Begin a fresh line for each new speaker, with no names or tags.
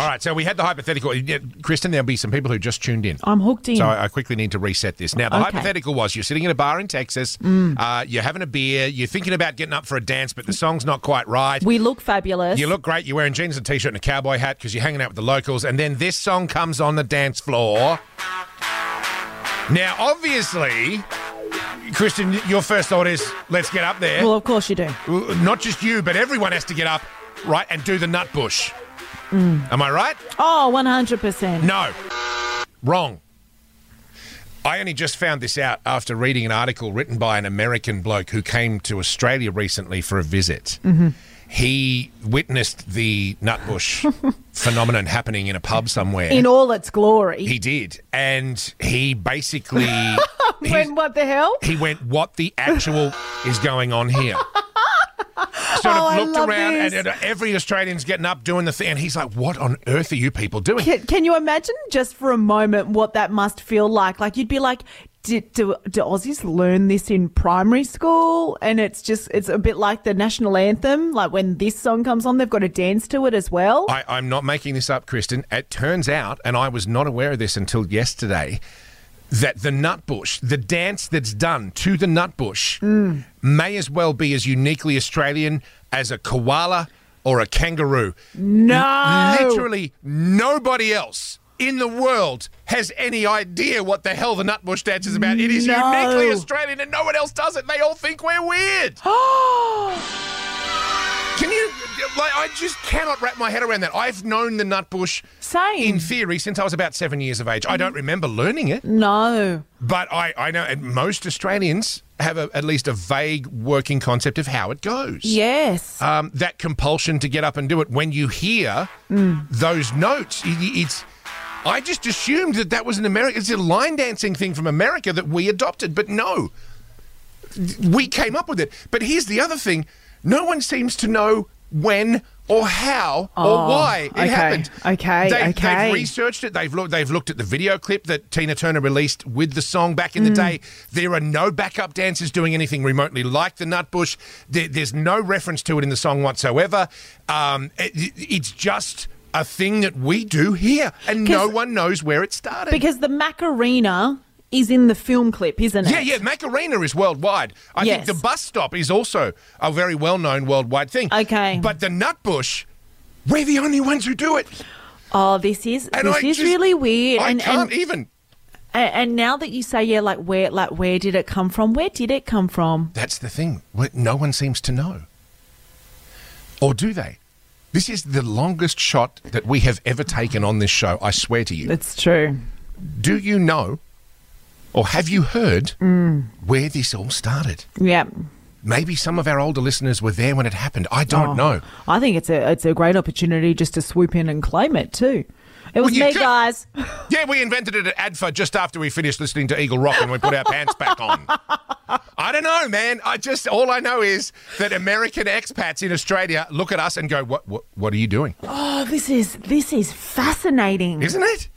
right, so we had the hypothetical. Uh, Yeah, Kristen, there'll be some people who just tuned in.
I'm hooked in.
So I I quickly need to reset this. Now, the
Okay. Mm.
hypothetical was you're sitting in a bar in Texas, uh, you're having a beer, you're thinking about getting up for a dance, but the song's not quite right.
we look fabulous.
You look great. You're wearing jeans and t-shirt and a cowboy hat because you're hanging out with the locals. And then this song comes on the dance floor. Now, obviously, Kristen, your first thought is, let's get up there.
well, of course you do.
Well, Not just you, but everyone has to get up, right, and do the nut bush.
Mm.
Am I right?
Oh, 100%.
No. Wrong. I only just found this out after reading an article written by an American bloke who came to Australia recently for a visit.
Mm-hmm.
He witnessed the nutbush phenomenon happening in a pub somewhere.
In all its glory.
he did. And he basically he's-
when what the hell?
he went, "What the actual is going on here?" Sort
Oh,
of
I
looked
love
around,
this.
and, and every Australian's getting up doing the thing, and he's like, "What on earth are you people doing?"
Can, can you imagine just for a moment what that must feel like? Like you'd be like, did, do, do Aussies learn this in primary school? And it's just, it's a bit like the national anthem. Like when this song comes on, they've got to dance to it as well.
I, I'm not making this up, Kristen. It turns out, and I was not aware of this until yesterday, that the nutbush, the dance that's done to the nutbush,
Hmm.
may as well be as uniquely Australian as a koala or a kangaroo.
no.
Literally nobody else in the world has any idea what the hell the Nutbush dance is about. It is
No.
uniquely Australian and no one else does it. They all think we're weird. Can you like I just cannot wrap my head around that. I've known the Nutbush
Same.
in theory since I was about 7 years of age. I don't remember learning it,
no.
but I I know and most Australians have a, at least a vague working concept of how it goes
Yes.
um, that compulsion to get up and do it when you hear
Mm.
those notes. It- it- it's. I just assumed that that was an American. It's a line dancing thing from America that we adopted, but no, we came up with it. But here's the other thing: no one seems to know when. Or how or
Oh,
why it
okay,
happened?
okay,
they,
okay.
They've researched it. They've looked. They've looked at the video clip that Tina Turner released with the song back
Mm.
in the day. There are no backup dancers doing anything remotely like the Nutbush. There, there's no reference to it in the song whatsoever. Um, it, it's just a thing that we do here, and no
'Cause-
one knows where it started.
because the Macarena is in the film clip, isn't it?
Yeah, yeah, Macarena is worldwide. I
Yes.
think the bus stop is also a very well known worldwide thing.
Okay.
But the Nutbush, we're the only ones who do it.
Oh, this is
And
this
I
is
just-
really weird.
I
and,
can't e-
and,
even.
and and now that you say yeah, like where like where did it come from? Where did it come from?
That's the thing. What- No one seems to know. Or do they? This is the longest shot that we have ever taken on this show, I swear to you.
It's true.
Do you know, or have you heard, where this all started?
Yeah.
Maybe some of our older listeners were there when it happened. I don't
Oh.
know.
I think it's a it's a great opportunity just to swoop in and claim it too. It was
you
me,
could-
guys.
Yeah, we invented it at ADFA just after we finished listening to Eagle Rock and we put our pants back on. I don't know, man. I just all I know is that American expats in Australia look at us and go, "What? What, what are you doing?"
Oh, this is this is fascinating.
Isn't it?